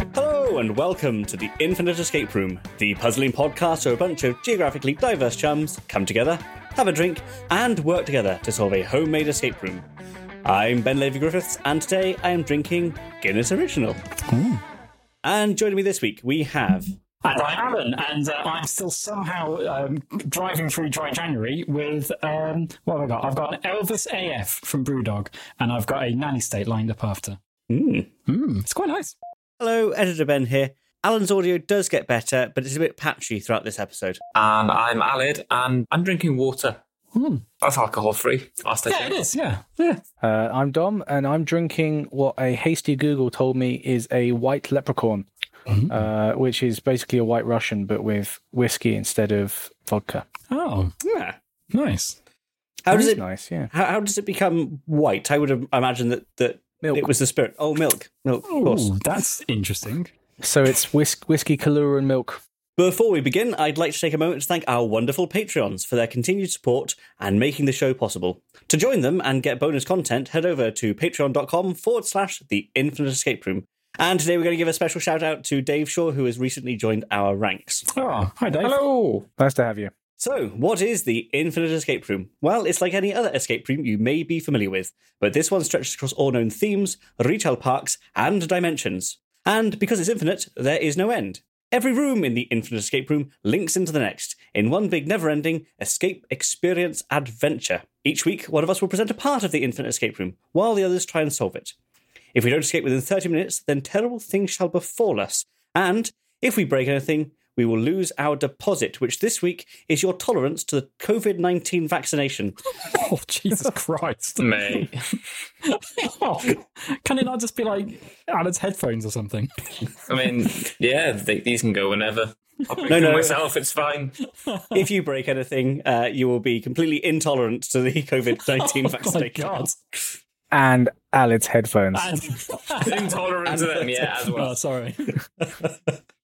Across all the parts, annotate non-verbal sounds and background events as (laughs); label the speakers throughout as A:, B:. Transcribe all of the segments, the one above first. A: and welcome to the Infinite Escape Room, the puzzling podcast where a bunch of geographically diverse chums come together, have a drink, and work together to solve a homemade escape room. I'm Ben Levy Griffiths, and today I am drinking Guinness Original. And joining me this week, we have.
B: And I'm Alan, and uh, I'm still somehow um, driving through dry January with um, what have I got? I've got an Elvis AF from Brewdog, and I've got a nanny state lined up after.
A: Hmm.
B: Mm, it's quite nice.
A: Hello, Editor Ben here. Alan's audio does get better, but it's a bit patchy throughout this episode.
C: and I'm Alid, and I'm drinking water.
B: Hmm.
C: That's alcohol free. I'll stay
B: Yeah, it (laughs) is. Yeah,
D: Uh, I'm Dom, and I'm drinking what a hasty Google told me is a white leprechaun, uh, which is basically a white Russian but with whiskey instead of vodka.
B: Oh,
A: Yeah.
B: nice.
A: How does
D: That's
A: it?
D: Nice, yeah.
A: How, how does it become white? I would have imagined that that
D: Milk.
A: it was the spirit. Oh, milk, milk, of course.
B: Ooh, that's interesting.
D: So it's whisk, whiskey, Kahlua, and milk.
A: Before we begin, I'd like to take a moment to thank our wonderful Patreons for their continued support and making the show possible. To join them and get bonus content, head over to patreon.com forward slash the infinite escape room. And today we're going to give a special shout out to Dave Shaw, who has recently joined our ranks.
B: Oh, hi Dave.
C: Hello.
D: Nice to have you.
A: So, what is the Infinite Escape Room? Well, it's like any other escape room you may be familiar with, but this one stretches across all known themes, retail parks, and dimensions. And because it's infinite, there is no end. Every room in the Infinite Escape Room links into the next in one big never ending escape experience adventure. Each week, one of us will present a part of the Infinite Escape Room while the others try and solve it. If we don't escape within 30 minutes, then terrible things shall befall us. And if we break anything, we will lose our deposit, which this week is your tolerance to the COVID 19
B: (laughs)
A: vaccination.
B: Oh,
A: (laughs)
B: Jesus Christ.
C: Me.
B: Oh, can it not just be like Alan's headphones or something?
C: I mean, yeah, they, these can go whenever. I'll drink
A: No,
C: them
A: no.
C: myself. It's fine.
A: if you break anything, uh, you will be completely intolerant to
B: (laughs)
A: the COVID 19
B: Oh (laughs) my
A: vaccination.
B: God.
D: And Alid's headphones.
B: (laughs)
C: Intolerant to them, yeah, as
B: oh, (laughs)
C: well.
B: sorry.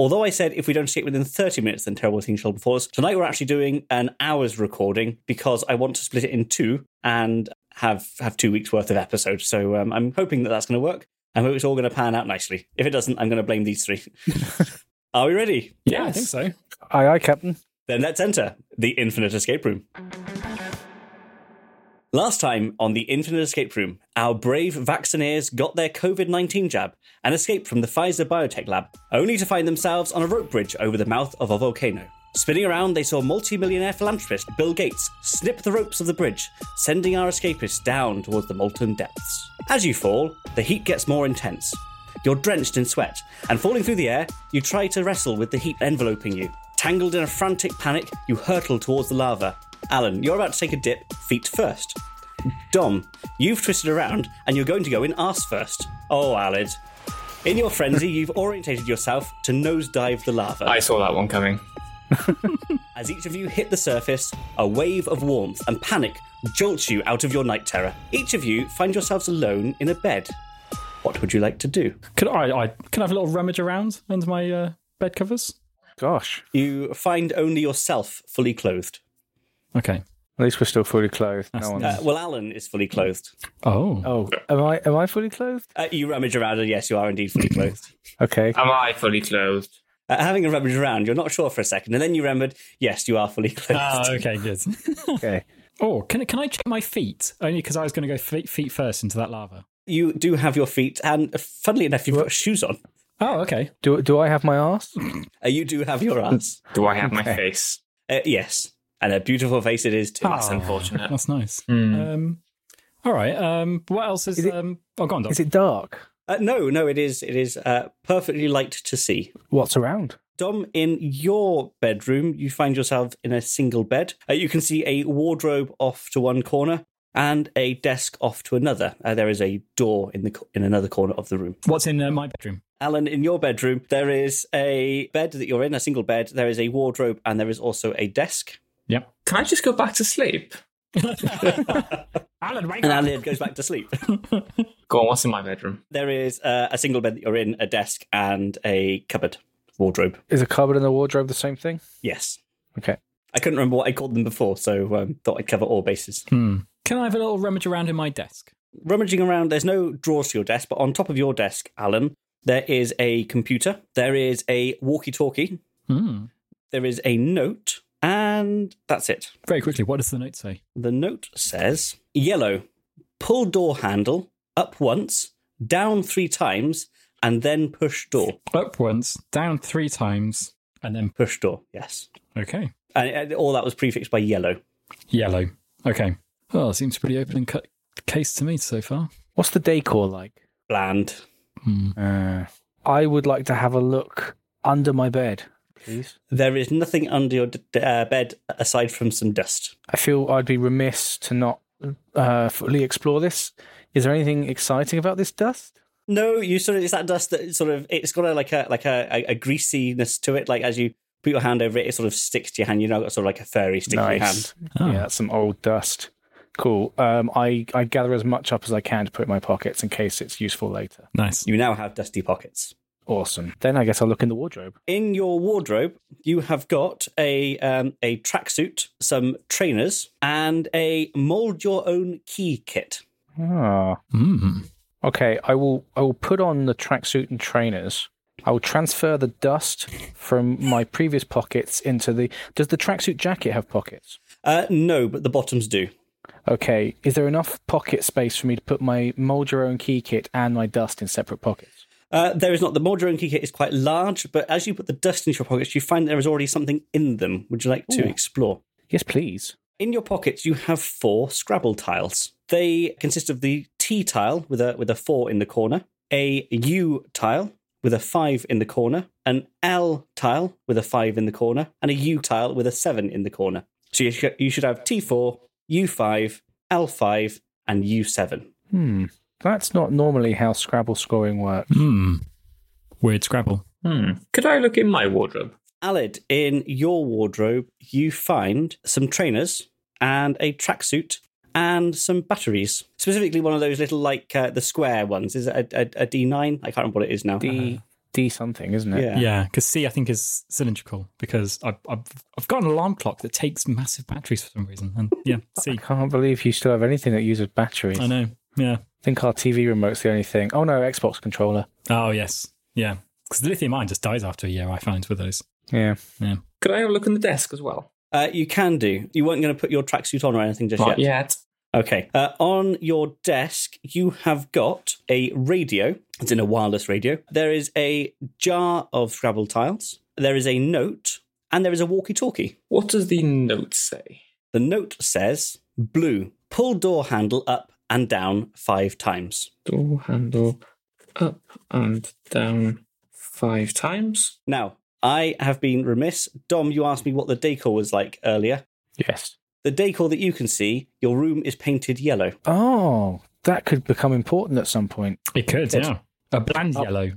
A: Although I said if we don't escape within 30 minutes, then terrible things shall befall us. Tonight we're actually doing an hour's recording because I want to split it in two and have have two weeks worth of episodes. So um, I'm hoping that that's going to work. I hope it's all going to pan out nicely. If it doesn't, I'm going to blame these three. Are we ready?
B: Yeah, I think so.
D: Aye, aye, Captain.
A: Then let's enter the Infinite Escape Room. Last time on the Infinite Escape Room, our brave vaccineers got their COVID 19 jab and escaped from the Pfizer biotech lab, only to find themselves on a rope bridge over the mouth of a volcano. Spinning around, they saw multi-millionaire philanthropist Bill Gates snip the ropes of the bridge, sending our escapists down towards the molten depths. As you fall, the heat gets more intense. You're drenched in sweat, and falling through the air, you try to wrestle with the heat enveloping you. Tangled in a frantic panic, you hurtle towards the lava. Alan, you're about to take a dip, feet first. Dom, you've twisted around and you're going to go in arse first. Oh, Alid. In your frenzy, you've orientated yourself to nosedive the lava.
C: I saw that one coming.
A: As each of you hit the surface, a wave of warmth and panic jolts you out of your night terror. Each of you find yourselves alone in a bed. What would you like to do?
B: Could I, I can I have a little rummage around under my uh, bed covers?
D: Gosh.
A: You find only yourself fully clothed.
B: Okay.
D: At least we're still fully clothed.
B: That's
D: No one.
A: Uh, well, Alan is fully clothed.
B: Oh.
D: oh, am I? Am I fully clothed?
A: Uh, you rummage around, and yes, you are indeed fully clothed.
D: Okay.
A: Ah.
C: Am I fully clothed?
A: uh, having a rummage around, you're not sure for a second, and then you remembered, yes, you are fully (laughs) clothed.
B: Ah, okay, good.
D: Okay.
B: oh, can can I check my feet? Only because I was going to go feet, feet first into that lava.
A: you do have your feet, and funnily enough, you've got shoes on.
B: Oh, okay.
D: Do Do I have my ass?
A: Uh, you do have your ass.
C: Do I have my face?
A: Uh, yes. And a beautiful face it is, too.
C: That's
B: (laughs)
C: unfortunate.
B: That's nice. Um, all right. Um, what else is,
D: Is it-
B: um? Oh, go on, Doc.
D: Is it dark?
A: Uh, no, no, it is. It is uh, perfectly light to see.
D: What's around?
A: Dom, in your bedroom, you find yourself in a single bed. Uh, you can see a wardrobe off to one corner and a desk off to another. Uh, there is a door in the co- in another corner of the room.
B: What's in uh, my bedroom?
A: Alan, in your bedroom, there is a bed that you're in, a single bed. There is a wardrobe, and there is also a desk.
B: Yep.
C: Can I just go back to sleep?
B: Alan, wake
A: And Alan goes back to sleep. (laughs)
C: Go on, what's in my bedroom?
A: There is uh, a single bed that you're in, a desk, and a cupboard wardrobe.
D: Is a cupboard and a wardrobe the same thing?
A: Yes.
D: Okay.
A: I couldn't remember what I called them before, so um, thought I'd cover all bases.
B: Hmm. Can I have a little rummage around in my desk?
A: Rummaging around, there's no drawers to your desk, but on top of your desk, Alan, There is a computer. There is a walkie-talkie.
B: Hmm.
A: There is a note, and that's it.
B: Very quickly, what does the note say?
A: The note says yellow, pull door handle up once, down three times, and then push door.
B: Up once, down three times, and then
A: Push door, yes.
B: okay,
A: And, and uh, all that was prefixed by yellow.
B: yellow. Okay. Oh, seems pretty open and cut case to me so far.
D: What's the decor like?
A: Bland.
B: Hmm.
D: Uh, I would like to have a look under my bed, please.
A: There is nothing under your d- d- uh, bed aside from some dust.
D: I feel I'd be remiss to not uh, fully explore this. Is there anything exciting about this dust?
A: No, you sort of it's that dust that sort of it's got a like a like a, a, a greasiness to it. Like as you put your hand over it, it sort of sticks to your hand. You know, got sort of like a furry stick to your hand.
B: Ah.
D: Yeah, that's some old dust. Cool. Um, I, I gather as much up as I can to put in my pockets in case it's useful later.
B: Nice.
A: You now have dusty pockets.
D: Awesome. Then I guess I'll look in the wardrobe.
A: In your wardrobe, you have got a um, a tracksuit, some trainers, and a mold your own key kit.
D: Ah.
B: Hmm.
D: Okay, I will I will put on the tracksuit and trainers. I will transfer the dust from my previous pockets into the Does the tracksuit jacket have pockets?
A: Uh, no, but the bottoms do.
D: Okay, is there enough pocket space for me to put my mold your own key kit and my dust in separate pockets?
A: Uh, there is not the mold your own key kit is quite large, but as you put the dust into your pockets, you find there is already something in them. Would you like to explore?
D: Yes, please.
A: In your pockets, you have four Scrabble tiles. They consist of the T tile with a with a four in the corner, a U tile with a five in the corner, an L tile with a five in the corner, and a U tile with a seven in the corner. So you, sh- you should have T four, U five, L five, and U seven.
D: Hmm. That's not normally how Scrabble scoring works.
B: Hmm. Weird Scrabble.
C: Hmm. Could I look in my wardrobe?
A: Alid, in your wardrobe, you find some trainers and a tracksuit and some batteries. Specifically, one of those little, like uh, the square ones. Is it a, a, a D9? I can't remember what it is now. Uh-huh.
D: D D something, isn't it?
A: yeah.
B: Yeah, because C I think is cylindrical because I've, I've I've got an alarm clock that takes massive batteries for some reason, and (laughs) yeah,
D: I
B: C.
D: can't believe you still have anything that uses batteries.
B: I know. Yeah.
D: think our TV remote's the only thing. Oh no, Xbox controller.
B: Oh yes. Yeah. Because the lithium ion just dies after a year. I find with those.
D: Yeah.
C: Could I have a look in the desk as well?
A: Uh, you can do. You weren't going to put your tracksuit on or anything just
C: Not
A: yet.
C: yet.
A: Okay. Uh, on your desk, you have got a radio. It's in a wireless radio. There is a jar of Scrabble tiles. There is a note, and there is a walkie-talkie.
C: What does the note say?
A: The note says blue, pull door handle up and down five times.
C: Door handle up and down five times.
A: Now, I have been remiss. Dom, you asked me what the decor was like earlier.
D: Yes.
A: The decor that you can see, your room is painted yellow.
D: Oh, that could become important at some point.
B: It could. yeah. A bland
D: Up.
B: yellow.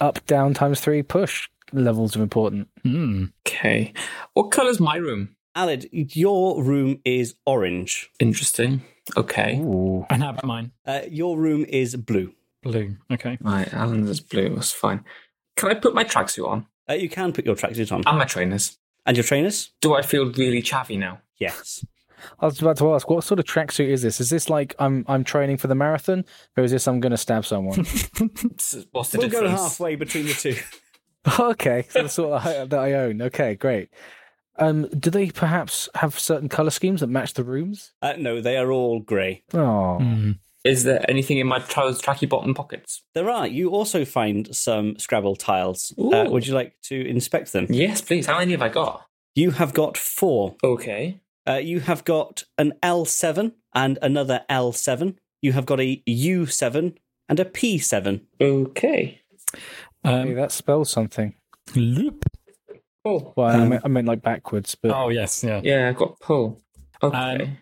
D: Up, down, times three, push levels of important.
B: Hmm.
C: Okay. What colour's my room?
A: Alid, your room is orange.
C: Interesting. Okay.
D: Ooh.
B: And how about mine?
A: Uh, your room is blue.
B: Blue. Okay.
C: My Alan's is blue. That's fine. Can I put my tracksuit on
A: Uh, you can put your tracksuit on.
C: and my trainers?
A: And your trainers?
C: Do I feel really chavvy now?
A: Yes.
D: I was about to ask, what sort of tracksuit is this? Is this like I'm I'm training for the marathon, or is this I'm going to
B: (laughs)
D: stab someone?
C: S- What's (laughs) the
A: We'll go
C: difference?
A: halfway between the
C: (laughs)
A: two.
D: okay, so the sort of I, that I own. Okay, great. Um, do they perhaps have certain color schemes that match the rooms?
A: Uh, no, they are all grey.
D: Oh,
B: Hmm.
C: Is there anything in my trousers tracky bottom pockets?
A: There are. You also find some Scrabble tiles. Uh,
C: Ooh.
A: would you like to inspect them?
C: Yes, please. How many have I got?
A: You have got four.
C: Okay.
A: Uh, you have got an L7 and another L7. You have got a U7 and a P7.
C: Okay.
D: hey,
B: Um.
D: that spells something.
B: Loop.
C: Pull.
D: Well, I, meant, I meant like backwards, but
B: Hmm. Oh yes. Yeah.
C: Yeah, I've got pull. Okay.
B: Um,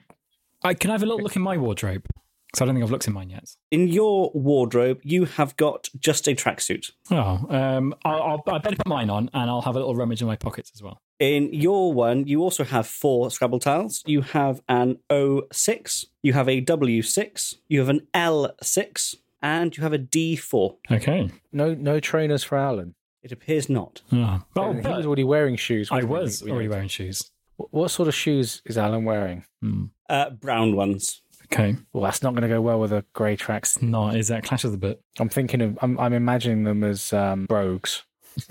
B: I, can I have a little look in my wardrobe? Because I don't think I've looked in mine yet.
A: In your wardrobe, you have got just a tracksuit.
B: Oh, um, I'll, I'll, I better put mine on, and I'll have a little rummage in my pockets as well.
A: In your one, you also have four Scrabble tiles. You have an O6, you have a W6, you have an L6, and you have a D4.
B: Okay.
D: no no trainers for Alan.
A: It appears not.
B: Oh,
D: Oh, he was already wearing shoes.
B: I
D: wasn't he?
B: was
D: We-
B: already wearing shoes.
D: What sort of shoes is Alan wearing?
A: Uh, brown ones.
B: Okay.
D: Well, that's not going to go well with a grey track.
B: It's not. Is that Clash of the Bit?
D: I'm thinking of. I'm, I'm imagining them as um, brogues.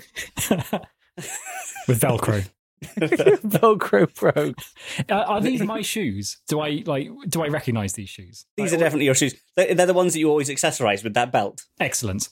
D: (laughs)
B: With (laughs) Velcro.
D: Velcro brogues.
B: are, Uh, are these my shoes? Do I like? Do I recognize these shoes?
A: These are definitely your shoes. They're, they're the ones that you always accessorize with that belt.
B: Excellent.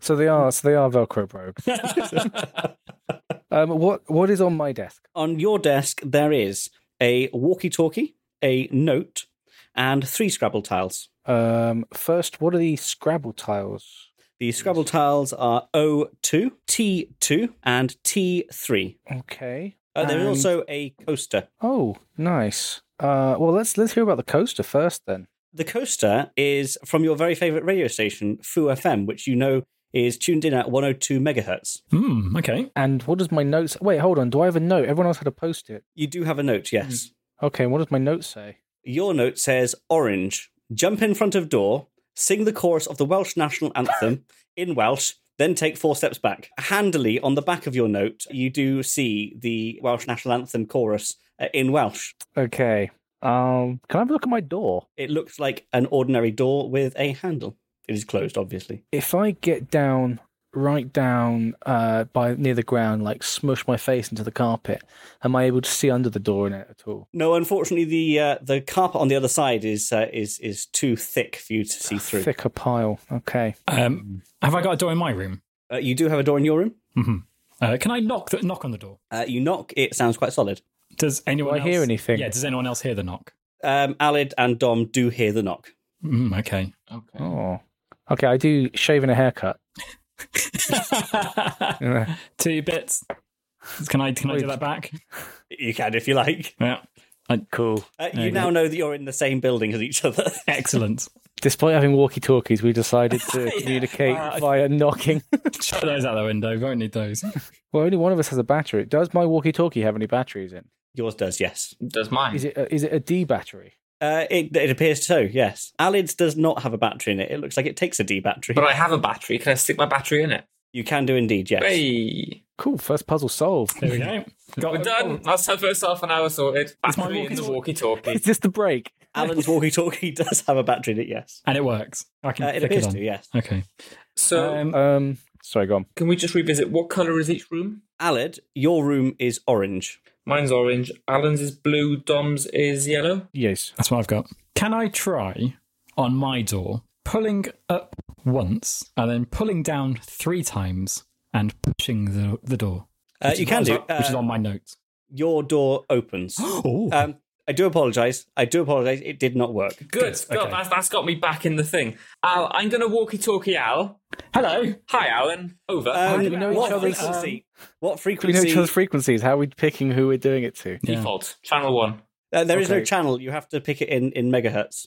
D: So they are. So they are Velcro brogues. (laughs) um, what What is on my desk?
A: On your desk, there is a walkie talkie, a note, and three Scrabble tiles.
D: Um, first, what are the Scrabble tiles?
A: The Scrabble tiles are O2, T2, and T3.
D: Okay.
A: Uh, there is
D: And-
A: also a coaster.
D: Oh, nice. Uh, well, let's let's hear about the coaster first then.
A: The coaster is from your very favorite radio station, Foo FM, which you know is tuned in at 102 megahertz.
B: Hmm. Okay.
D: And what does my notes? Wait, hold on. Do I have a note? Everyone else had a post-it.
A: You do have a note, yes.
D: Okay. What does my note say?
A: Your note says orange. Jump in front of door, sing the chorus of the Welsh national anthem in Welsh, then take four steps back. Handily on the back of your note, you do see the Welsh national anthem chorus uh, in Welsh.
D: Okay. Um, can I have a look at my door?
A: It looks like an ordinary door with a handle. It is closed, obviously.
D: If I get down right down uh by near the ground, like smush my face into the carpet, am I able to see under the door in it at all?
A: No, unfortunately, the uh, the carpet on the other side is uh, is is too thick for you to
D: Ah,
A: see through.
D: Thicker pile. Okay.
B: Um, have I got a door in my room?
A: Uh, you do have a door in your room.
B: Uh, can I knock the, knock on the door?
A: Uh, you knock. It sounds quite solid.
B: Does anyone
D: I
B: else,
D: hear anything?
B: Yeah. Does anyone else hear the knock?
A: Um, Alid and Dom do hear the knock.
B: Mm, okay. (laughs)
C: Okay.
D: Oh. Okay, I do shave and a haircut.
B: Two bits. Can I can I do that back?
A: You can if you like.
B: Yeah.
D: Cool.
A: Uh,
B: There
A: you
B: you
A: now know that you're in the same building as each other.
B: Excellent.
D: Despite having walkie-talkies, we decided to communicate
B: Uh,
D: via knocking. (laughs)
B: Chuck those out the window. Won't need those.
D: well, only one of us has a battery. Does my walkie-talkie have any batteries in?
A: Yours does, yes.
C: Does mine?
D: Is it a, is it a D battery?
A: Uh, it, it appears so, yes. Alid's does not have a battery in it. It looks like it takes a D battery.
C: But I have a battery. Can I stick my battery in it?
A: You can do indeed, yes.
C: Hey,
D: Cool. First puzzle
B: (laughs)
D: solved.
B: There we go. Got
C: we're done. That's our first half an hour sorted.
B: my
C: Battery in the walkie-talkie.
D: (laughs) Is this the break?
A: Alan's walkie talkie (laughs) does have a battery in it, yes.
B: And it works. I can
A: Uh, it
B: flick it
A: appears
B: on.
A: to, yes.
B: Okay.
C: So,
B: Um,
D: Um, sorry, go on.
C: can we just revisit what color is each room?
A: Alid, your room is orange.
C: Mine's orange. Alan's is blue. Dom's is yellow.
D: Yes.
B: That's what I've got. Can I try on my door pulling up once and then pulling down three times and pushing the, the door?
A: Uh,
B: Which
A: you
B: is
A: can
B: what
A: do.
B: is on- which is
A: Uh,
B: on my notes.
A: Your door opens.
B: Oh,
A: um, I do apologise. I do apologise. It did not work.
C: Good. God,
B: okay.
C: that's, that's got me back in the thing. Al, I'm going to walkie-talkie Al.
B: hello.
C: Hi, Alan. Over.
A: Um,
D: do we know
A: what
D: each other's-
A: frequency? what
D: We
A: frequency?
D: know each other's frequencies. How are we picking who we're doing it to?
C: Default. Channel one.
A: Uh, there is no
D: Okay.
A: channel. You have to pick it in, in megahertz.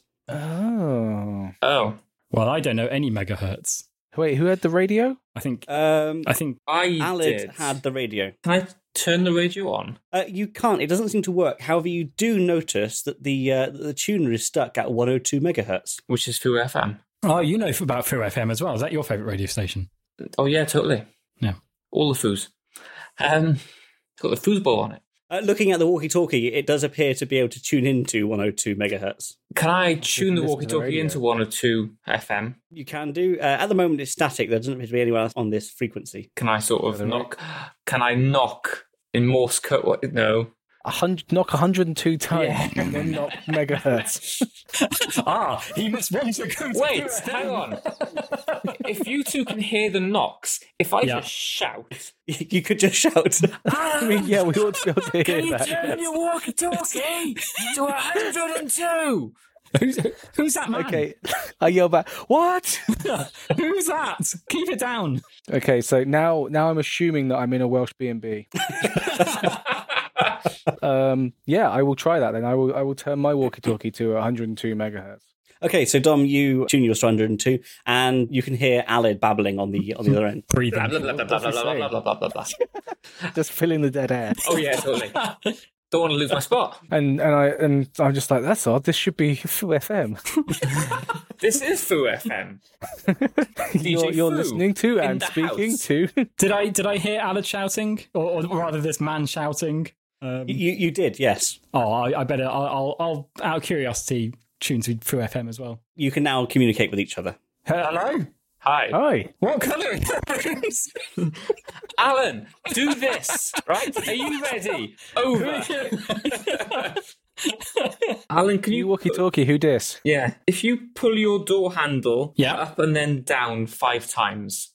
D: Oh.
C: Oh,
B: Well, I don't know any megahertz.
D: Wait, who had the radio?
B: I think.
A: Um,
B: I think.
C: I
A: Alid
C: did.
A: had the radio.
C: Can I turn the radio on?
A: Uh, you can't. It doesn't seem to work. However, you do notice that the uh, that the tuner is stuck at 102 megahertz.
C: Which is through FM.
B: Oh, you know about Fear FM as well. Is that your favorite radio station?
C: Oh yeah, totally.
B: Yeah.
C: All the foos. Um, it's got the foosball on it.
A: Uh, looking at the walkie-talkie, it does appear to be able to tune into 102 megahertz.
C: Can I tune the
D: listen to the
C: walkie-talkie
D: radio.
C: into one or two FM?
A: You can do. Uh, at the moment, it's static. There doesn't appear to be anyone else on this frequency. (laughs)
C: Can I sort of knock? Can I knock in Morse code? What? No.
D: A hundred, knock 102 times and (laughs) then knock megahertz.
B: ah,
A: (laughs)
B: he misread the code.
C: Wait, hang on. if you two can hear the knocks, if I
B: Yeah.
C: just (laughs) shout,
A: you could just shout. (laughs)
D: I mean, yeah, we ought to be able to hear that.
C: turn your walkie-talkie to 102?
B: (laughs) Who's, who's that man?
D: Okay, I yell back. What?
B: Who's that? Keep it down.
D: Okay, so now now I'm assuming that I'm in a Welsh B
B: (laughs)
D: and B. Um, yeah, I will try that then. I will I will turn my walkie-talkie to 102 megahertz.
A: okay, so Dom, you tune yours to 102, and you can hear Alid babbling on the on the other end.
B: Breathing.
C: Blah, blah, blah, blah, blah, blah, blah, blah, blah, blah, blah.
D: Just fill in the dead air.
C: Oh yeah, totally. Don't want to lose my spot.
D: And and I and I'm just like that's odd. This should be
B: (laughs)
D: Foo FM.
C: This is Foo (laughs) FM.
D: you're, you're
C: Foo
D: listening to
C: in
D: and
C: the
D: speaking
C: house.
D: to. (laughs)
B: Did I did I hear Alad shouting, or, or rather, this man shouting? Um,
A: You you did, yes.
B: oh, I, I better. I'll, I'll, I'll out of curiosity tuned to- through FM as well.
A: You can now communicate with each other.
B: Hello?
C: Hi.
D: Hi.
B: What colour is the room?
C: Alan, do this, right? Are you ready? Over.
E: (laughs) Alan, can
D: You
E: you
D: walkie talkie, who dis?
E: yeah? If you pull your door handle
B: Yeah.
E: up and then down five times,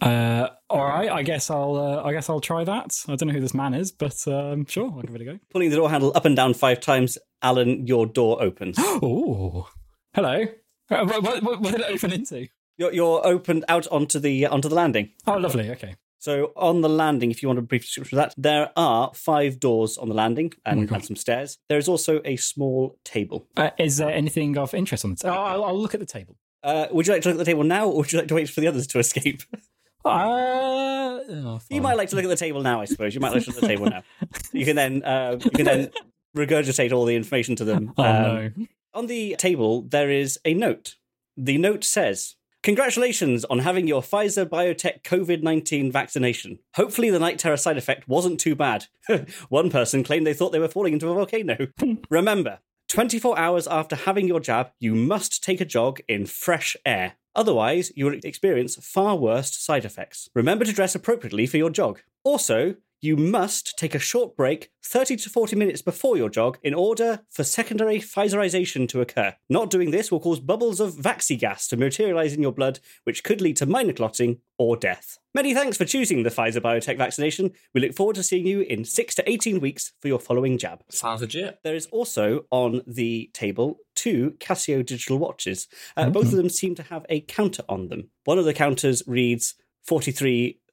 B: Uh, all right, I guess I'll uh, I guess I'll try that. I don't know who this man is, but um, sure, I'll give it a go.
A: Pulling the door handle up and down five times, Alan, your door opens. (gasps)
B: Oh, hello. Uh, what, what, what, what did it open into?
A: you're, you're opened out onto the onto the landing.
B: Oh, lovely. Okay.
A: So on the landing, if you want a brief description of that, there are five doors on the
B: Oh
A: landing and, and some stairs. There is also a small table.
B: Uh, is there anything of interest on the table? Oh, I'll, I'll look at the table.
A: Uh, would you like to look at the table now, or would you like to wait for the others to escape? (laughs)
B: Uh, oh,
A: You
B: fine.
A: might like to look at the table now, I suppose. You might like to look at the table
B: (laughs)
A: now. You can then uh, you can then regurgitate all the information to them.
B: Oh
A: Um,
B: no.
A: On the table, there is a note. The note says, Congratulations on having your Pfizer Biotech COVID 19 vaccination. Hopefully, the night terror side effect wasn't too bad. (laughs) One person claimed they thought they were falling into a volcano. Remember, 24 hours after having your jab, you must take a jog in fresh air. Otherwise, you will experience far worse side effects. Remember to dress appropriately for your jog. Also, you must take a short break 30 to 40 minutes before your jog in order for secondary Pfizerization to occur. Not doing this will cause bubbles of Vaxi gas to materialize in your blood, which could lead to minor clotting or death. Many thanks for choosing the Pfizer Biotech vaccination. We look forward to seeing you in 6 to 18 weeks for your following jab.
E: sounds legit.
A: There is also on the table two Casio digital watches. Uh, Both of them seem to have a counter on them. One of the counters reads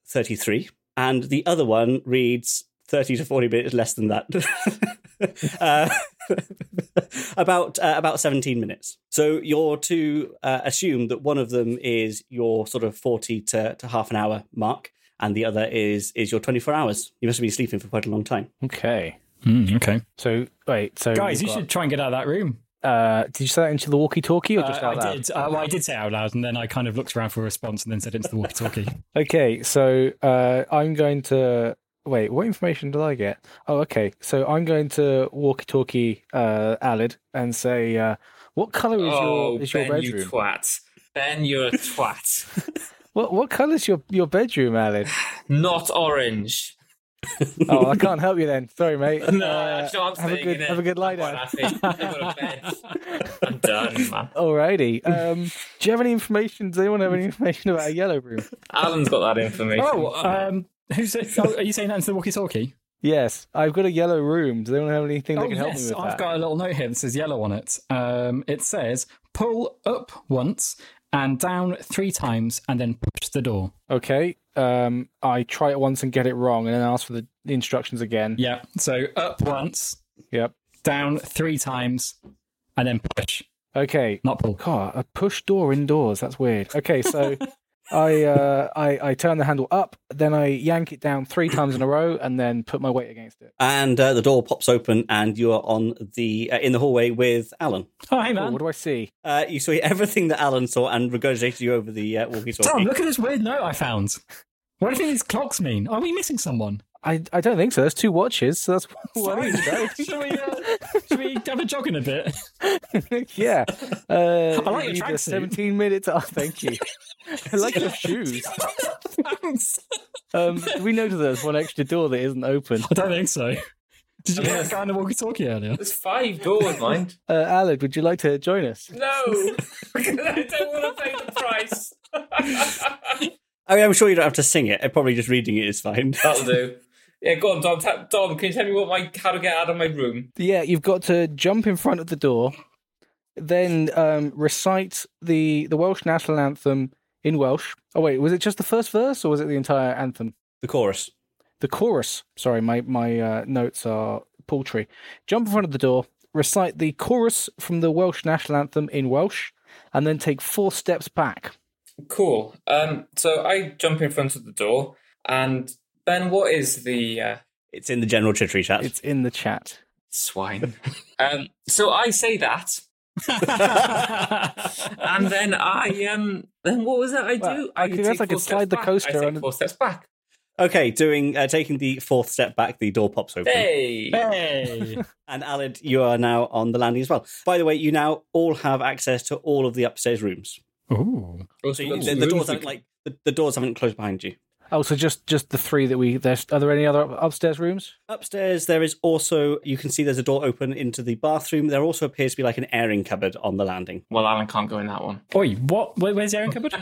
A: 4333, and the other one reads 30 to 40 minutes less than that. (laughs) uh, (laughs) about uh, about 17 minutes. So you're to uh, assume that one of them is your sort of 40 to, to half an hour mark, and the other is is your 24 hours. You must have been sleeping for quite a long time.
D: Okay.
B: Hmm, okay.
D: So wait, so
B: Guys,
D: we've
B: you
D: got-
B: should try and get out of that room.
D: Uh, did you say that into the walkie talkie or just
B: Uh,
D: out
B: I
D: loud?
B: did. Uh, well, I did say it out loud, and then I kind of looked around for a response, and then said it into the walkie-talkie.
D: Okay, so uh, I'm going to wait. What information did I get? Oh, okay. So I'm going to walkie-talkie uh, Alid and say, uh, "What color is
E: oh,
D: your is
E: Ben,
D: your
E: you
D: bedroom?
E: twat. Ben, you're a twat.
D: (laughs) what what color is your your bedroom,
E: (laughs)
D: Alid?
E: Not orange.
D: oh, I can't help you then. Sorry, mate.
E: (laughs) No,
D: Uh,
E: that's what I'm
D: have a
E: saying,
D: good
E: innit?
D: have a good lie
E: I'm quite
D: down.
E: happy. I'm gonna
D: (laughs)
E: bed. I'm done, man.
D: Alrighty. Um, do you have any information? Does anyone
E: (laughs)
D: have any information about a yellow room?
E: Alan's got that information.
B: oh, um, who's it? Oh, are you saying that into the walkie-talkie?
D: Yes, I've got a yellow room. Does anyone have anything
E: Oh,
D: that can help me with
B: I've
D: that?
B: got a little note here that says yellow on it. Um, it says pull up once and down three times and then push the door.
D: Okay. Um, I try it once and get it wrong, and then ask for the instructions again.
B: Yeah. So up once,
D: Yep.
B: down three times, and then push,
D: Okay.
B: not pull.
D: God, a push door indoors. That's weird.
B: (laughs)
D: Okay, so I, uh, I I turn the handle up, then I yank it down three times in a row, and then put my weight against it.
A: and uh, the door pops open and you are on the uh, in the hallway with alan
B: Oh, hey
D: Oh,
B: man.
D: what do I see?
A: uh, you saw (laughs) everything that alan saw and regurgitated you over the uh,
B: Tom,
A: walkie-talkie
B: look at this weird note I found. What do you think these clocks mean? Are we missing someone?
D: I, I don't think so. There's two watches, so that's (laughs) one. each, (laughs)
B: should, we, uh, should we have a jog in a (laughs) bit?
D: right? yeah. Uh,
B: I like your
D: you need a
B: tracksuit.
D: 17 minutes. Oh,
B: (laughs)
D: thank you. I like your shoes.
B: Thanks.
D: Um, do we notice there's one extra door that isn't open?
B: I don't think so. Did you hear that guy in the walkie-talkie earlier?
E: There's five doors, mind.
D: Uh, Alec, would you like to join us?
E: No, (laughs)
A: (laughs)
E: I don't want to pay the price.
A: I mean, i'm sure you don't have to sing it Uh, probably just reading it is fine
E: (laughs)
B: Oh.
E: That'll do. Yeah, go on, Dom. Ta- Dom, can you tell me what my how to get out of my room?
D: Yeah, you've got to jump in front of the door, then um, recite the the Welsh national anthem in Welsh. Oh wait, was it just the first verse or was it the entire anthem?
A: (laughs) the chorus
D: The chorus. Sorry, my my uh, notes are paltry. Jump in front of the door, recite the chorus from the Welsh national anthem in Welsh, and then take four steps back.
E: Cool. Um, so I jump in front of the door, and Ben, what is the uh,
A: it's in the general chittery chat
D: It's in the chat. (laughs)
E: swine? um, so I say that, and then I um, then what was that I do?
D: Well,
E: I
D: I guess
E: take
D: I could
E: four steps
D: slide the
E: back.
D: coaster
E: I take
D: under- (laughs)
E: four steps back.
A: (laughs) Okay, doing uh, taking the fourth step back, the door pops open.
E: Hey!
B: Hey!
A: And Alid, you are now on the landing as well. By the way, you now all have access to all of the upstairs rooms.
B: Ooh.
A: So you, the, the doors haven't like the, the doors haven't closed behind you.
D: Oh, so just just the three that we there's are there any other up- upstairs rooms?
A: Upstairs, there is also you can see there's a door open into the bathroom. There also appears to be like an airing cupboard on the landing.
C: Well, Alan can't go in that one.
B: Oi, what? Where, where's the airing cupboard?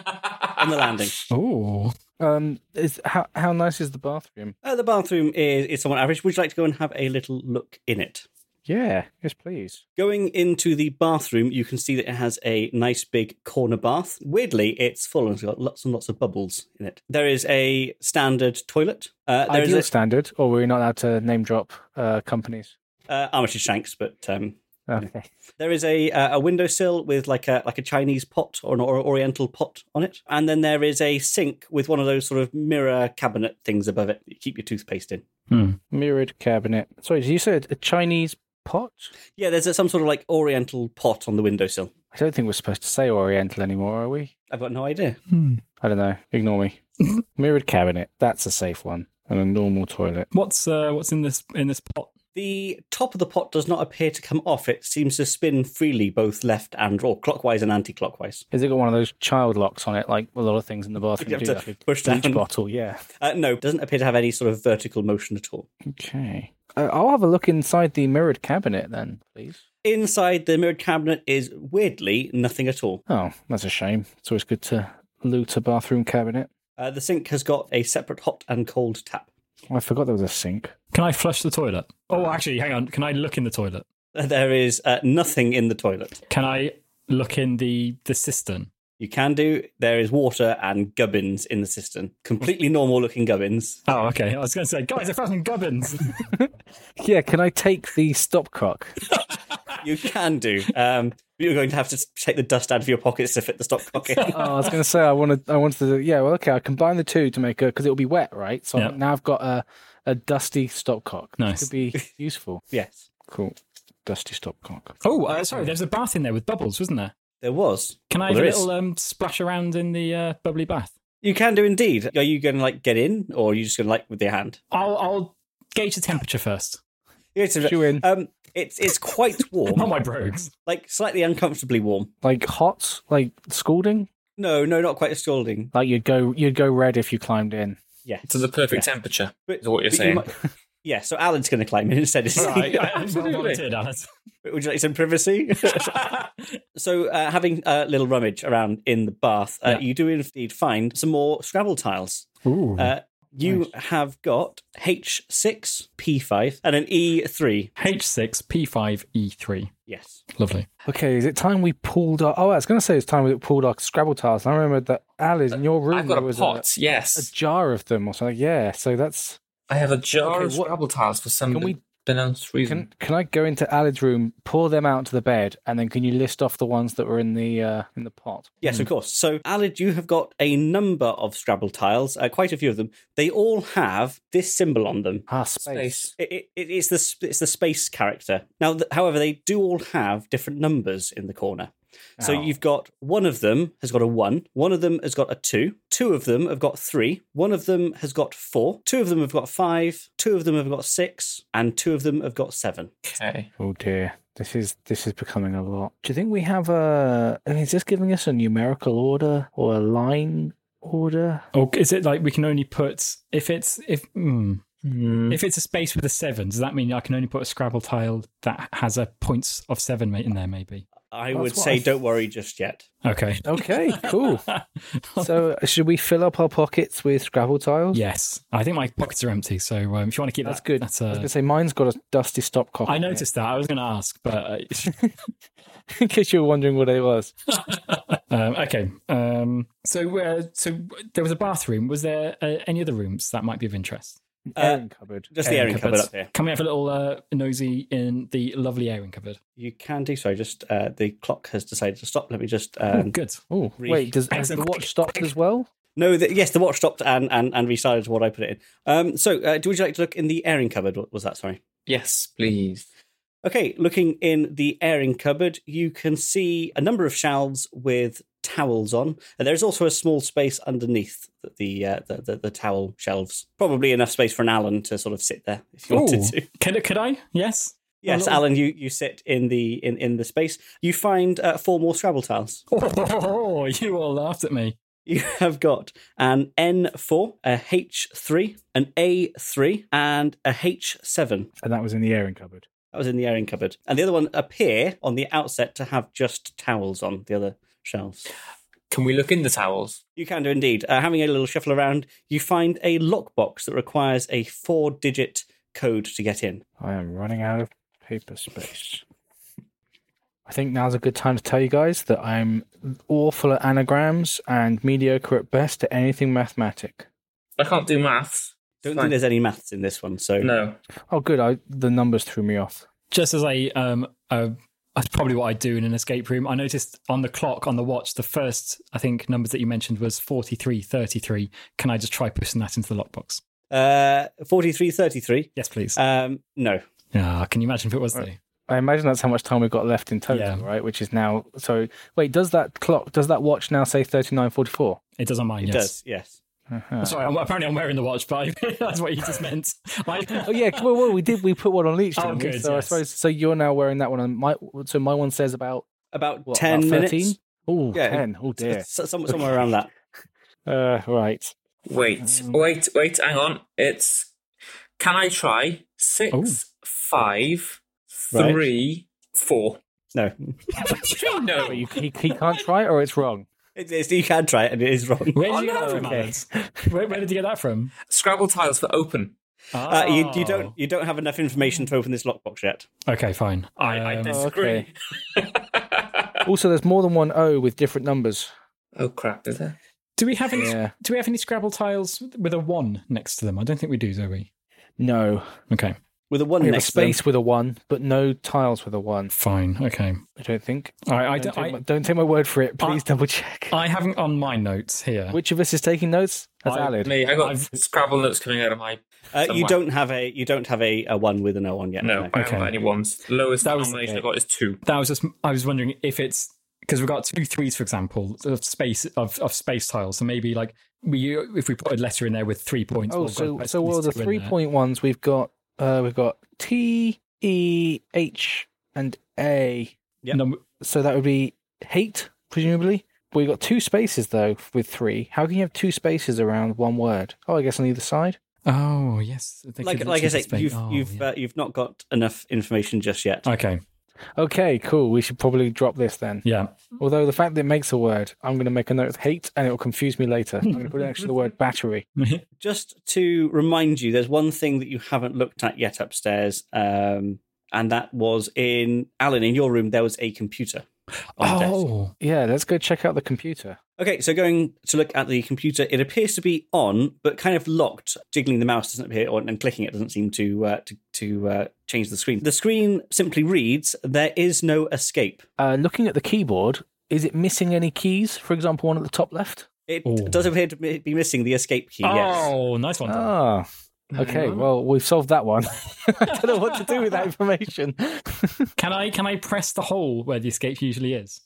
A: On the landing,
B: Ooh.
D: Um, is how how nice is the bathroom?
A: uh, the bathroom is is somewhat average. Would you like to go and have a little look in it?
D: Yeah, yes, please.
A: Going into the bathroom, you can see that it has a nice big corner bath. Weirdly, it's full and it's got lots and lots of bubbles in it. There is a standard toilet. Uh, there is
D: Ideal standard, or we're not allowed to name drop uh, companies. Uh,
A: a uh, Armitage Shanks, but um,
D: (laughs) Okay.
A: there is a uh, a windowsill with like a like a Chinese pot or an or Oriental pot on it, and then there is a sink with one of those sort of mirror cabinet things above it that you keep your toothpaste in.
D: Mirrored cabinet. Sorry, did you say a Chinese pot?
A: Yeah, there's a, some sort of like Oriental pot on the windowsill.
D: I don't think we're supposed to say Oriental anymore, are we?
A: I've got no idea.
D: I don't know. Ignore me. (laughs) Mirrored cabinet. That's a safe one. And a normal toilet.
B: What's uh, what's in this in this pot?
A: The top of the pot does not appear to come off. It seems to spin freely, both left and or clockwise and anti-clockwise.
D: Has it got one of those child locks on it, like a lot of things in the bathroom?
A: You have
D: do,
A: to
D: like a
A: push
D: bleach
A: down.
D: bottle, yeah.
A: Uh, no, it doesn't appear to have any sort of vertical motion at all.
D: Okay. (laughs) Uh, I'll have a look inside the mirrored cabinet then, please.
A: Inside the mirrored cabinet is weirdly nothing at all.
D: Oh, that's a shame. It's always good to loot a bathroom cabinet.
A: Uh, the sink has got a separate hot and cold tap.
D: I forgot there was a sink.
B: Can I flush the toilet? Oh, actually, hang on. Can I look in the toilet?
A: There is uh, nothing in the toilet.
B: Can I look in the the cistern?
A: You can do. There is water and gubbins in the cistern. Completely normal looking gubbins.
B: Oh, okay. I was going to say, guys, I found some gubbins.
D: Yeah, can I take the stopcock?
A: You can do. Um, you're going to have to take the dust out of your pockets to fit the stock
B: (laughs)
A: pocket.
D: oh, I was going to say I wanted, I wanted to. Yeah, well, okay, I combine the two to make a because it'll be wet, right? So
B: Yeah.
D: now I've got a a dusty stopcock. This
B: Nice.
D: could be (laughs) useful.
A: yes,
D: Cool, dusty stopcock.
B: oh, uh, sorry. There's a bath in there with bubbles, wasn't there?
A: there was.
B: Can I
A: Well,
B: have
A: there
B: a
A: is.
B: little um, splash around in the uh, bubbly bath?
A: You can do indeed. Are you going to like get in, or are you just going to like with your hand?
B: I'll I'll gauge the temperature first.
A: Yes,
D: Shoe in.
A: Um, it's it's quite
B: Not
A: warm,
B: Oh my brogues.
A: like slightly uncomfortably warm.
D: Like hot, like scalding.
A: No, no, not quite scalding.
D: Like you'd go, you'd go red if you climbed in.
A: Yes,
E: To the perfect temperature,
A: But-
E: is what you're
A: but you
E: saying.
A: might- yeah. So Alan's going to climb in instead. (laughs) Is he?
B: Right. (laughs) I, I
E: Absolutely.
B: volunteered, Alice.
A: Would you like some privacy? (laughs) so, uh, having a little rummage around in the bath, uh,
B: Yeah.
A: you do indeed find some more Scrabble tiles.
B: Ooh.
A: Uh, you have got H6, P5, and an E E3.
B: H6 P5 E3.
A: Yes.
B: E Lovely.
D: Okay, is it time we pulled our? Oh, I was going to say it's time we pulled our Scrabble tiles. And I remembered that Alice in your room
E: Uh, I've got
D: there
E: a
D: was uh,
E: pot,
D: a
E: yes.
D: jar of them or something. Yeah, so that's
E: I have a jar
D: Okay,
E: of
D: what-
E: Scrabble tiles for some
D: can we-
E: unbeknownst reason.
D: Can can I go into Alad's room, pour them out to the bed, and then can you list off the ones that were in the uh, in the pot?
A: Yes, of course. So, Alid, you have got a number of Scrabble tiles, uh, quite a few of them. They all have this symbol on them.
D: Ah, space.
E: Space.
A: It, it, it- it's the sp- it's the space character. Now, th- however, they do all have different numbers in the corner. So
D: Oh.
A: you've got one of them has got a one, one of them has got a two, two of them have got three, one of them has got four, two of them have got five, two of them have got six, and two of them have got seven.
E: Okay.
D: Oh dear, this is this is becoming a lot. Do you think we have a? I mean, is this giving us a numerical order or a line order?
B: Oh, is it like we can only put if it's if mm,
E: Hmm.
B: if it's a space with a seven? Does that mean I can only put a Scrabble tile that has a points of seven ma- in there? Maybe.
A: I
D: That's
A: would
D: what
A: say
D: I-
A: don't worry just yet.
B: Okay.
D: (laughs) Okay, cool. so should we fill up our pockets with Scrabble tiles?
B: Yes, I think my pockets are empty. So um, if you want to keep
D: That's
B: that,
D: good.
B: That's
D: I was
B: uh,
D: gonna say mine's got a dusty stopcock.
B: I
D: on it,
B: noticed that. I was going to ask, but uh, (laughs)
D: (laughs) in case you were wondering what it was.
B: um, okay. Um, so uh, so there was a bathroom. Was there uh, any other rooms that might be of interest?
D: Airing cupboard.
A: Just the airing cupboard up here.
B: Can we have a little uh, nosy in the lovely airing cupboard?
A: You can do so. Just uh, the clock has decided to stop. Let me just
B: Oh,
A: um, (laughs)
B: good.
D: Oh
A: Re-
D: wait, does has the watch stopped as well?
A: no. The, yes, the watch stopped and and and restarted to what I put it in. Um, so, uh, do would you like to look in the airing cupboard? What was that? Sorry.
E: Yes, please.
A: Okay, looking in the airing cupboard, you can see a number of shelves with towels on. And there's also a small space underneath the uh, the, the the towel shelves. Probably enough space for an Alan to sort of sit there if you wanted
B: Ooh.
A: to.
B: Could, could I? Yes.
A: Yes,
B: little-
A: Alan, you, you sit in the in, in the space. You find uh, four more Scrabble tiles.
B: Oh, (laughs) you all laughed at me.
A: (laughs) You have got an N4, a H3, an A3, and a H7.
D: and that was in the airing cupboard.
A: That was in the airing cupboard. And the other one appear on the outset to have just towels on the other shelves.
C: Can we look in the towels?
A: You can do indeed. Uh, having a little shuffle around, you find a lockbox that requires a four digit code to get in.
D: I am running out of paper space. I think now's a good time to tell you guys that I'm awful at anagrams and mediocre at best at anything mathematic.
E: I can't do maths.
A: Don't
E: Fine.
A: think there's any maths in this one, so
E: No.
D: Oh, good. I the numbers threw me off.
B: Just as I, um, uh, that's probably what I do in an escape room. I noticed on the clock, on the watch, the first, I think, numbers that you mentioned was 43, 33. Can I just try pushing that into the lockbox?
A: uh, 4333.
B: Yes, please.
A: Um, no.
B: Ah, can you imagine if it was though?
D: I imagine that's how much time we've got left in total,
B: Yeah.
D: right? Which is now. So wait, does that clock? Does that watch now say thirty nine forty four?
B: It does on mine,
A: It
B: yes.
A: does, yes.
B: Sorry, I'm, apparently I'm wearing the watch, but (laughs) I, that's what you just meant.
D: Oh yeah, well, well, we did. We put one on each.
B: Oh,
D: Didn't we?
B: good,
D: So I
B: yes.
D: suppose. So you're now wearing that one. And my so my one says about
A: About
D: what,
A: 10
D: about
A: minutes.
D: 13? Oh,
A: Yeah.
D: 10. Oh dear.
A: S- s- some- somewhere around that.
D: Uh, right.
E: Wait, wait, wait, hang on. It's can I try six, five,
A: Right.
E: three, four?
D: (laughs)
A: No,
E: no.
D: Wait, you, he, he can't try it or it's wrong.
A: It- it's, you can try it, and it is wrong.
B: Where did
E: Oh,
B: you get that
E: no.
B: from,
A: Okay.
B: Alex? Where, where did you get that from?
E: Scrabble tiles for open.
A: Uh, you,
B: Oh.
A: you don't you don't have enough information to open this lockbox yet.
B: Okay, fine.
E: I, I
B: Um,
E: disagree.
D: okay. Also, there's more than one O with different numbers.
E: oh crap, did there?
B: do we have any?
D: Yeah.
B: Do we have any Scrabble tiles with a one next to them? I don't think we do, do we?
D: No.
B: Okay,
A: With a one
D: We have a
A: next to them.
D: space with a one, but no tiles with a one.
B: fine. Okay.
D: I don't think.
B: All right. Oh, I,
D: Don't,
B: don't,
D: take, my,
B: I,
D: don't take my word for it. Please double check.
B: I haven't on my notes here.
D: Which of us is taking notes? That's
B: I-
D: valid.
E: Me, I got
B: I've-
E: Scrabble notes coming out of my.
A: Uh, you
E: somewhere.
A: don't have a you don't have a, a one with an O on yet.
E: No, I haven't
B: Okay.
E: got any ones. The lowest
B: That was-
E: denomination I got is two.
B: that was just. I was wondering if it's because we've got two threes, for example, of space of, of space tiles. So maybe like we if we put a letter in there with three points.
D: Oh,
B: we'll
D: so
B: put
D: so
B: at
D: well,
B: least
D: the
B: two in
D: three
B: there.
D: point ones we've got. Uh, we've got T E H and A.
A: Yep.
B: Num-
D: So that would be hate, presumably. But we've got two spaces though with three. How can you have two spaces around one word? Oh, I guess on either side.
B: Oh yes, They
A: Like
B: could
A: like I
B: literally
A: say,
B: just be-
A: you've
B: oh,
A: you've
B: yeah.
A: uh, you've not got enough information just yet.
B: okay,
D: Okay, cool. We should probably drop this then.
B: yeah.
D: Although the fact that it makes a word, I'm going to make a note of hate, and it will confuse me later. I'm going to put next to the (laughs) word battery.
A: Just to remind you, there's one thing that you haven't looked at yet upstairs, um, and that was in Alan in your room. There was a computer. On the desk.
B: oh,
D: Yeah, let's go check out the computer.
A: Okay, so going to look at the computer, it appears to be on, but kind of locked. Jiggling the mouse doesn't appear, or, and clicking it doesn't seem to uh, to, to uh, change the screen. The screen simply reads, "There is no escape."
D: Uh, looking at the keyboard, is it missing any keys? For example, one at the top left.
A: It
B: Ooh.
A: does appear to be be missing the escape key. Yes.
B: oh, nice one. Dan.
D: Ah, okay. Well, we've solved that one. (laughs) I don't know what to do with that (laughs) information. Does
B: Can I can I press the hole where the escape usually is?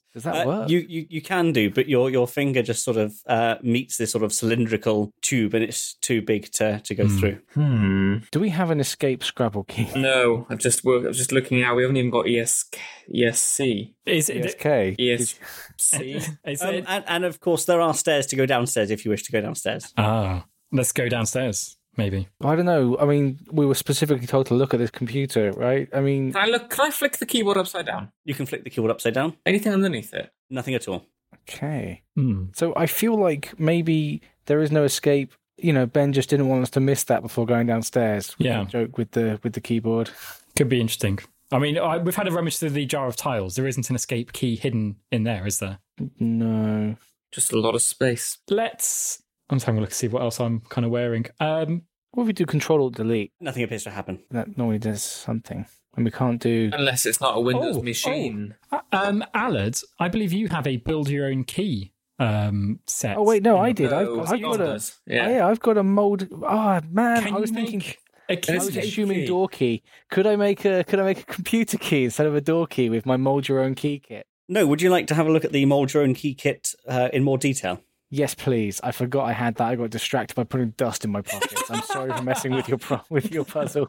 A: Uh,
D: that work?
A: you, you you can do, but your your finger just sort of uh, meets this sort of cylindrical tube, and it's too big to to go through.
E: Hmm.
D: Do we have an escape Scrabble (laughs) key?
E: No, I've just worked. I'm just looking now. We haven't even got E ESC. ESC.
B: Is it?
D: Okay.
E: E
D: (laughs)
E: ESC.
B: Is
A: Um,
B: it
A: and, and of course, there are stairs to go downstairs if you wish to go downstairs.
B: ah, let's go downstairs. Maybe.
D: I don't know. I mean, we were specifically told to look at this computer, right? I mean,
E: Can I look? Can I flick the keyboard upside down?
A: You can flick the keyboard upside down.
E: Anything underneath it?
A: Nothing at all.
D: okay.
B: Hmm.
D: So I feel like maybe there is no escape. You know, Ben just didn't want us to miss that before going downstairs. with
B: Yeah.
D: that joke with the with the keyboard.
B: Could be interesting. I mean, I, we've had a rummage through the jar of tiles. There isn't an escape key hidden in there, is there?
D: No.
E: Just a lot of space.
B: Let's. I'm just having a look to see what else I'm kind of wearing. Um,
D: What if we do Control Alt Delete?
A: Nothing appears to happen.
D: That normally does something, and we can't do.
E: Unless it's not a Windows
B: Oh,
E: machine.
B: uh, um, Allard, I believe you have a build your own key um set.
D: Oh wait, no,
B: in
D: I
B: your-
D: did. I've,
E: Oh,
D: I've
E: it
D: got a.
E: does. Yeah.
D: yeah, I've got a mold. Ah, man,
B: Can
D: I was
B: you
D: thinking.
B: make a key?
D: I
E: Let's
D: was
E: make
D: assuming
E: key.
D: door key. Could I make a could I make a computer key instead of a door key with my mold your own key kit?
A: No, would you like to have a look at the mold your own key kit uh, in more detail?
D: Yes, please. I forgot I had that. I got distracted by putting dust in my pockets. I'm sorry for messing with your pro- with your puzzle.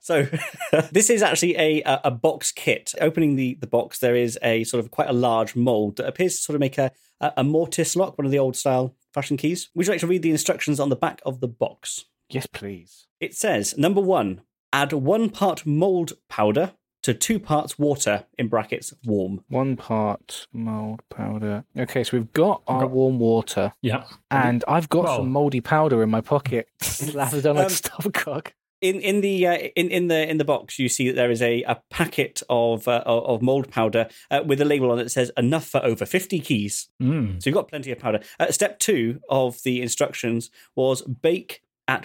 A: So, (laughs) this is actually a a a box kit. Opening the the box, there is a sort of quite a large mold that appears to sort of make a a, a mortise lock, one of the old style fashion keys. Would you like to read the instructions on the back of the box?
D: yes, please.
A: It says number one, add one part mold powder to two parts water in brackets warm.
D: One part mold powder. Okay, so we've got our warm water,
B: Yeah.
D: and I've got
B: Well-
D: some moldy powder in my (laughs) pocket, slathered on like stopcock.
A: in in the uh, in in the in the box you see that there is a, a packet of uh, of of mold powder uh, with a label on it that says enough for over 50 keys
B: Mm.
A: so you've got plenty of powder uh, step 2 of the instructions was bake at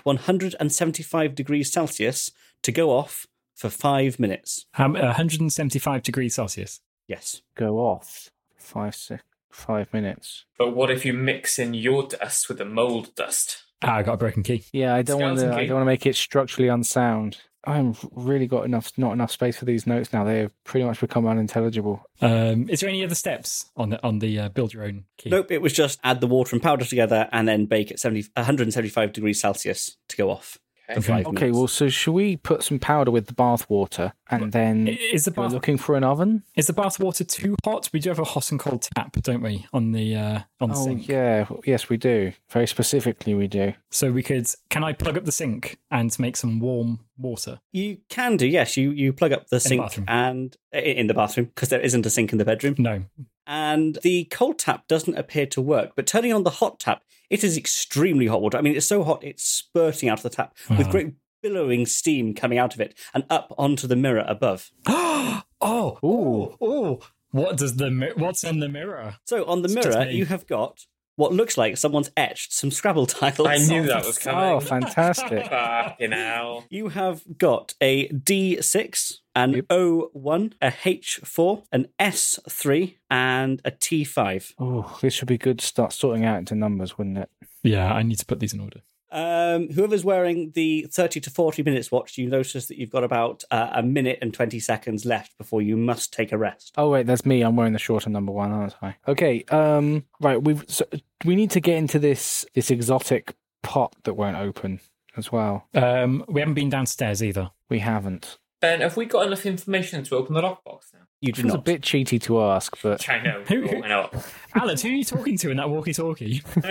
A: 175 degrees celsius to go off for 5 minutes
B: Um, 175 degrees Celsius.
A: yes
D: Go off. Five sec. Five minutes.
E: But what if you mix in your dust with the mold dust?
B: Ah, I got a broken key.
D: Yeah, I don't want to.
E: Skeleton
D: I
E: key.
D: don't want to make it structurally unsound. I'm really got enough, not enough space for these notes now. They have pretty much become unintelligible.
B: Um, is there any other steps on the on the uh, build your own key?
A: nope it was just add the water and powder together and then bake at 70 175 degrees celsius to go off for
E: Okay.
A: 5
D: Okay,
A: minutes.
D: well, so should we put some powder with the bath water and then
B: I- Is the
D: we're
B: bath
D: looking for an oven?
B: is the bath water too hot? We do have a hot and cold tap, don't we? On the uh, on the
D: Oh,
B: sink,
D: yeah, yes, we do. Very specifically, we do.
B: so we could. Can I plug up the sink and make some warm water?
A: You can do, yes. You you plug up the sink
B: bathroom.
A: and i- in the bathroom because there isn't a sink in the bedroom.
B: No, (gasps)
A: And the cold tap doesn't appear to work, but turning on the hot tap, it is extremely hot water. I mean, it's so hot it's spurting out of the tap with
B: Wow.
A: great billowing steam coming out of it and up onto the mirror above.
B: oh, oh, oh! What does the mi- what's in the mirror?
A: So on the
B: It's just
A: mirror,
B: me.
A: you have got what looks like someone's etched some Scrabble (laughs) tiles.
E: I knew that was
D: (laughs) Oh,
E: coming.
D: fantastic.
E: Fucking hell.
A: You have got a D6, an O1, a H4, an S3, and a T5.
D: oh, this would be good to start sorting out into numbers, wouldn't it?
B: Yeah, I need to put these in order.
A: Um, whoever's wearing the 30 to 40 minutes watch, you notice that you've got about uh, a minute and 20 seconds left before you must take a rest.
D: Oh, wait, that's me. I'm wearing the shorter number one, aren't I? Okay, um, right, we've, so we need to get into this, this exotic pot that won't open as well.
B: Um, we haven't been downstairs either.
D: We haven't.
E: Ben, have we got enough information to open the lockbox now?
A: You do
D: It's a
A: not.
D: bit cheaty to ask, but
E: I
D: (laughs)
E: know.
B: Who- who-
E: I know.
B: Alan, who are you talking to in that walkie-talkie? (laughs)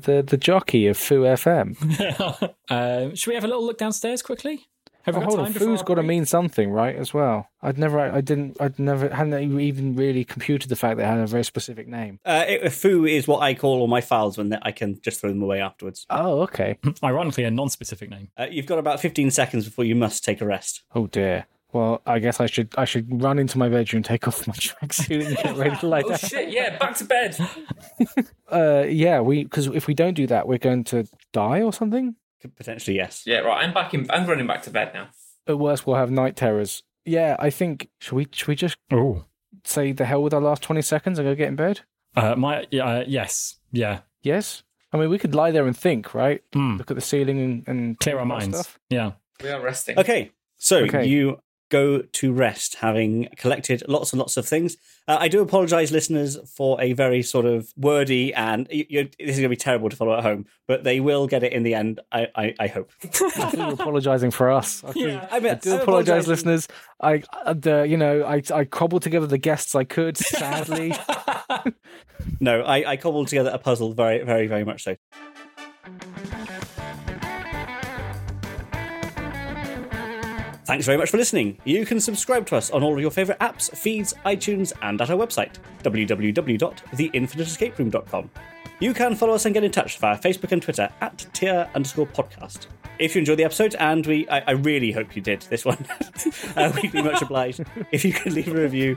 D: the, the jockey of Foo (laughs) FM.
B: um, should we have a little look downstairs quickly? Have
D: Oh,
B: we got
D: hold
B: time
D: on,
B: before
D: food's
B: our
D: got to
B: break?
D: mean something, right? As well. I'd never, I didn't, I'd never, hadn't even really computed the fact that it had a very specific name.
A: Uh, it, foo is what I call all my files when I can just throw them away afterwards.
D: Oh, okay.
B: Ironically, a non-specific name.
A: Uh, you've got about 15 seconds before you must take a rest.
D: Oh dear. Well, I guess I should, I should run into my bedroom, take off my tracksuit, and get ready to lie
E: oh
D: (laughs) down.
E: (laughs) shit! Yeah, back to bed.
D: Uh, yeah, we because if we don't do that, we're going to die or something.
A: Potentially, yes.
E: Yeah, right. I'm back in. I'm running back to bed now.
D: At worst, we'll have night terrors. Yeah, I think should we should we just
B: Oh,
D: say the hell with our last twenty seconds and go get in bed?
B: uh, my yeah, uh, yes, yeah.
D: Yes. I mean, we could lie there and think, right?
B: Hmm.
D: Look at the ceiling and, and
B: Clear our
D: think about
B: minds.
D: stuff.
B: Yeah.
E: We are resting.
A: Okay, so
D: Okay.
A: you go to rest having collected lots and lots of things. Uh, I do apologize, listeners, for a very sort of wordy and you, you, this is going to be terrible to follow at home, but they will get it in the end, I, I, I hope.
D: You're apologizing for us. I do-
A: I, mean,
D: I do apologize, listeners. I, uh, the, you know, I, I cobbled together the guests I could. Sadly, (laughs)
A: No, I, I cobbled together a puzzle very, very, very much so. Thanks very much for listening. You can subscribe to us on all of your favourite apps, feeds, iTunes, and at our website, www.theinfiniteescaperoom.com. You can follow us and get in touch via Facebook and Twitter at tier underscore podcast. If you enjoyed the episode, and we, I, I really hope you did this one, (laughs) uh, we'd be much obliged if you could leave a review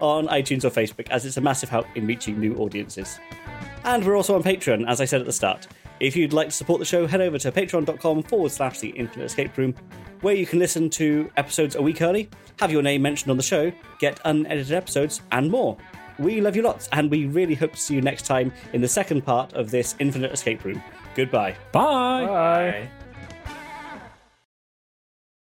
A: on iTunes or Facebook, as it's a massive help in reaching new audiences. And we're also on Patreon, as I said at the start. If you'd like to support the show, head over to patreon.com forward slash the infinite escape room, where you can listen to episodes a week early, have your name mentioned on the show, get unedited episodes, and more. We love you lots, and we really hope to see you next time in the second part of this infinite escape room. Goodbye.
B: Bye.
D: bye.
E: Okay.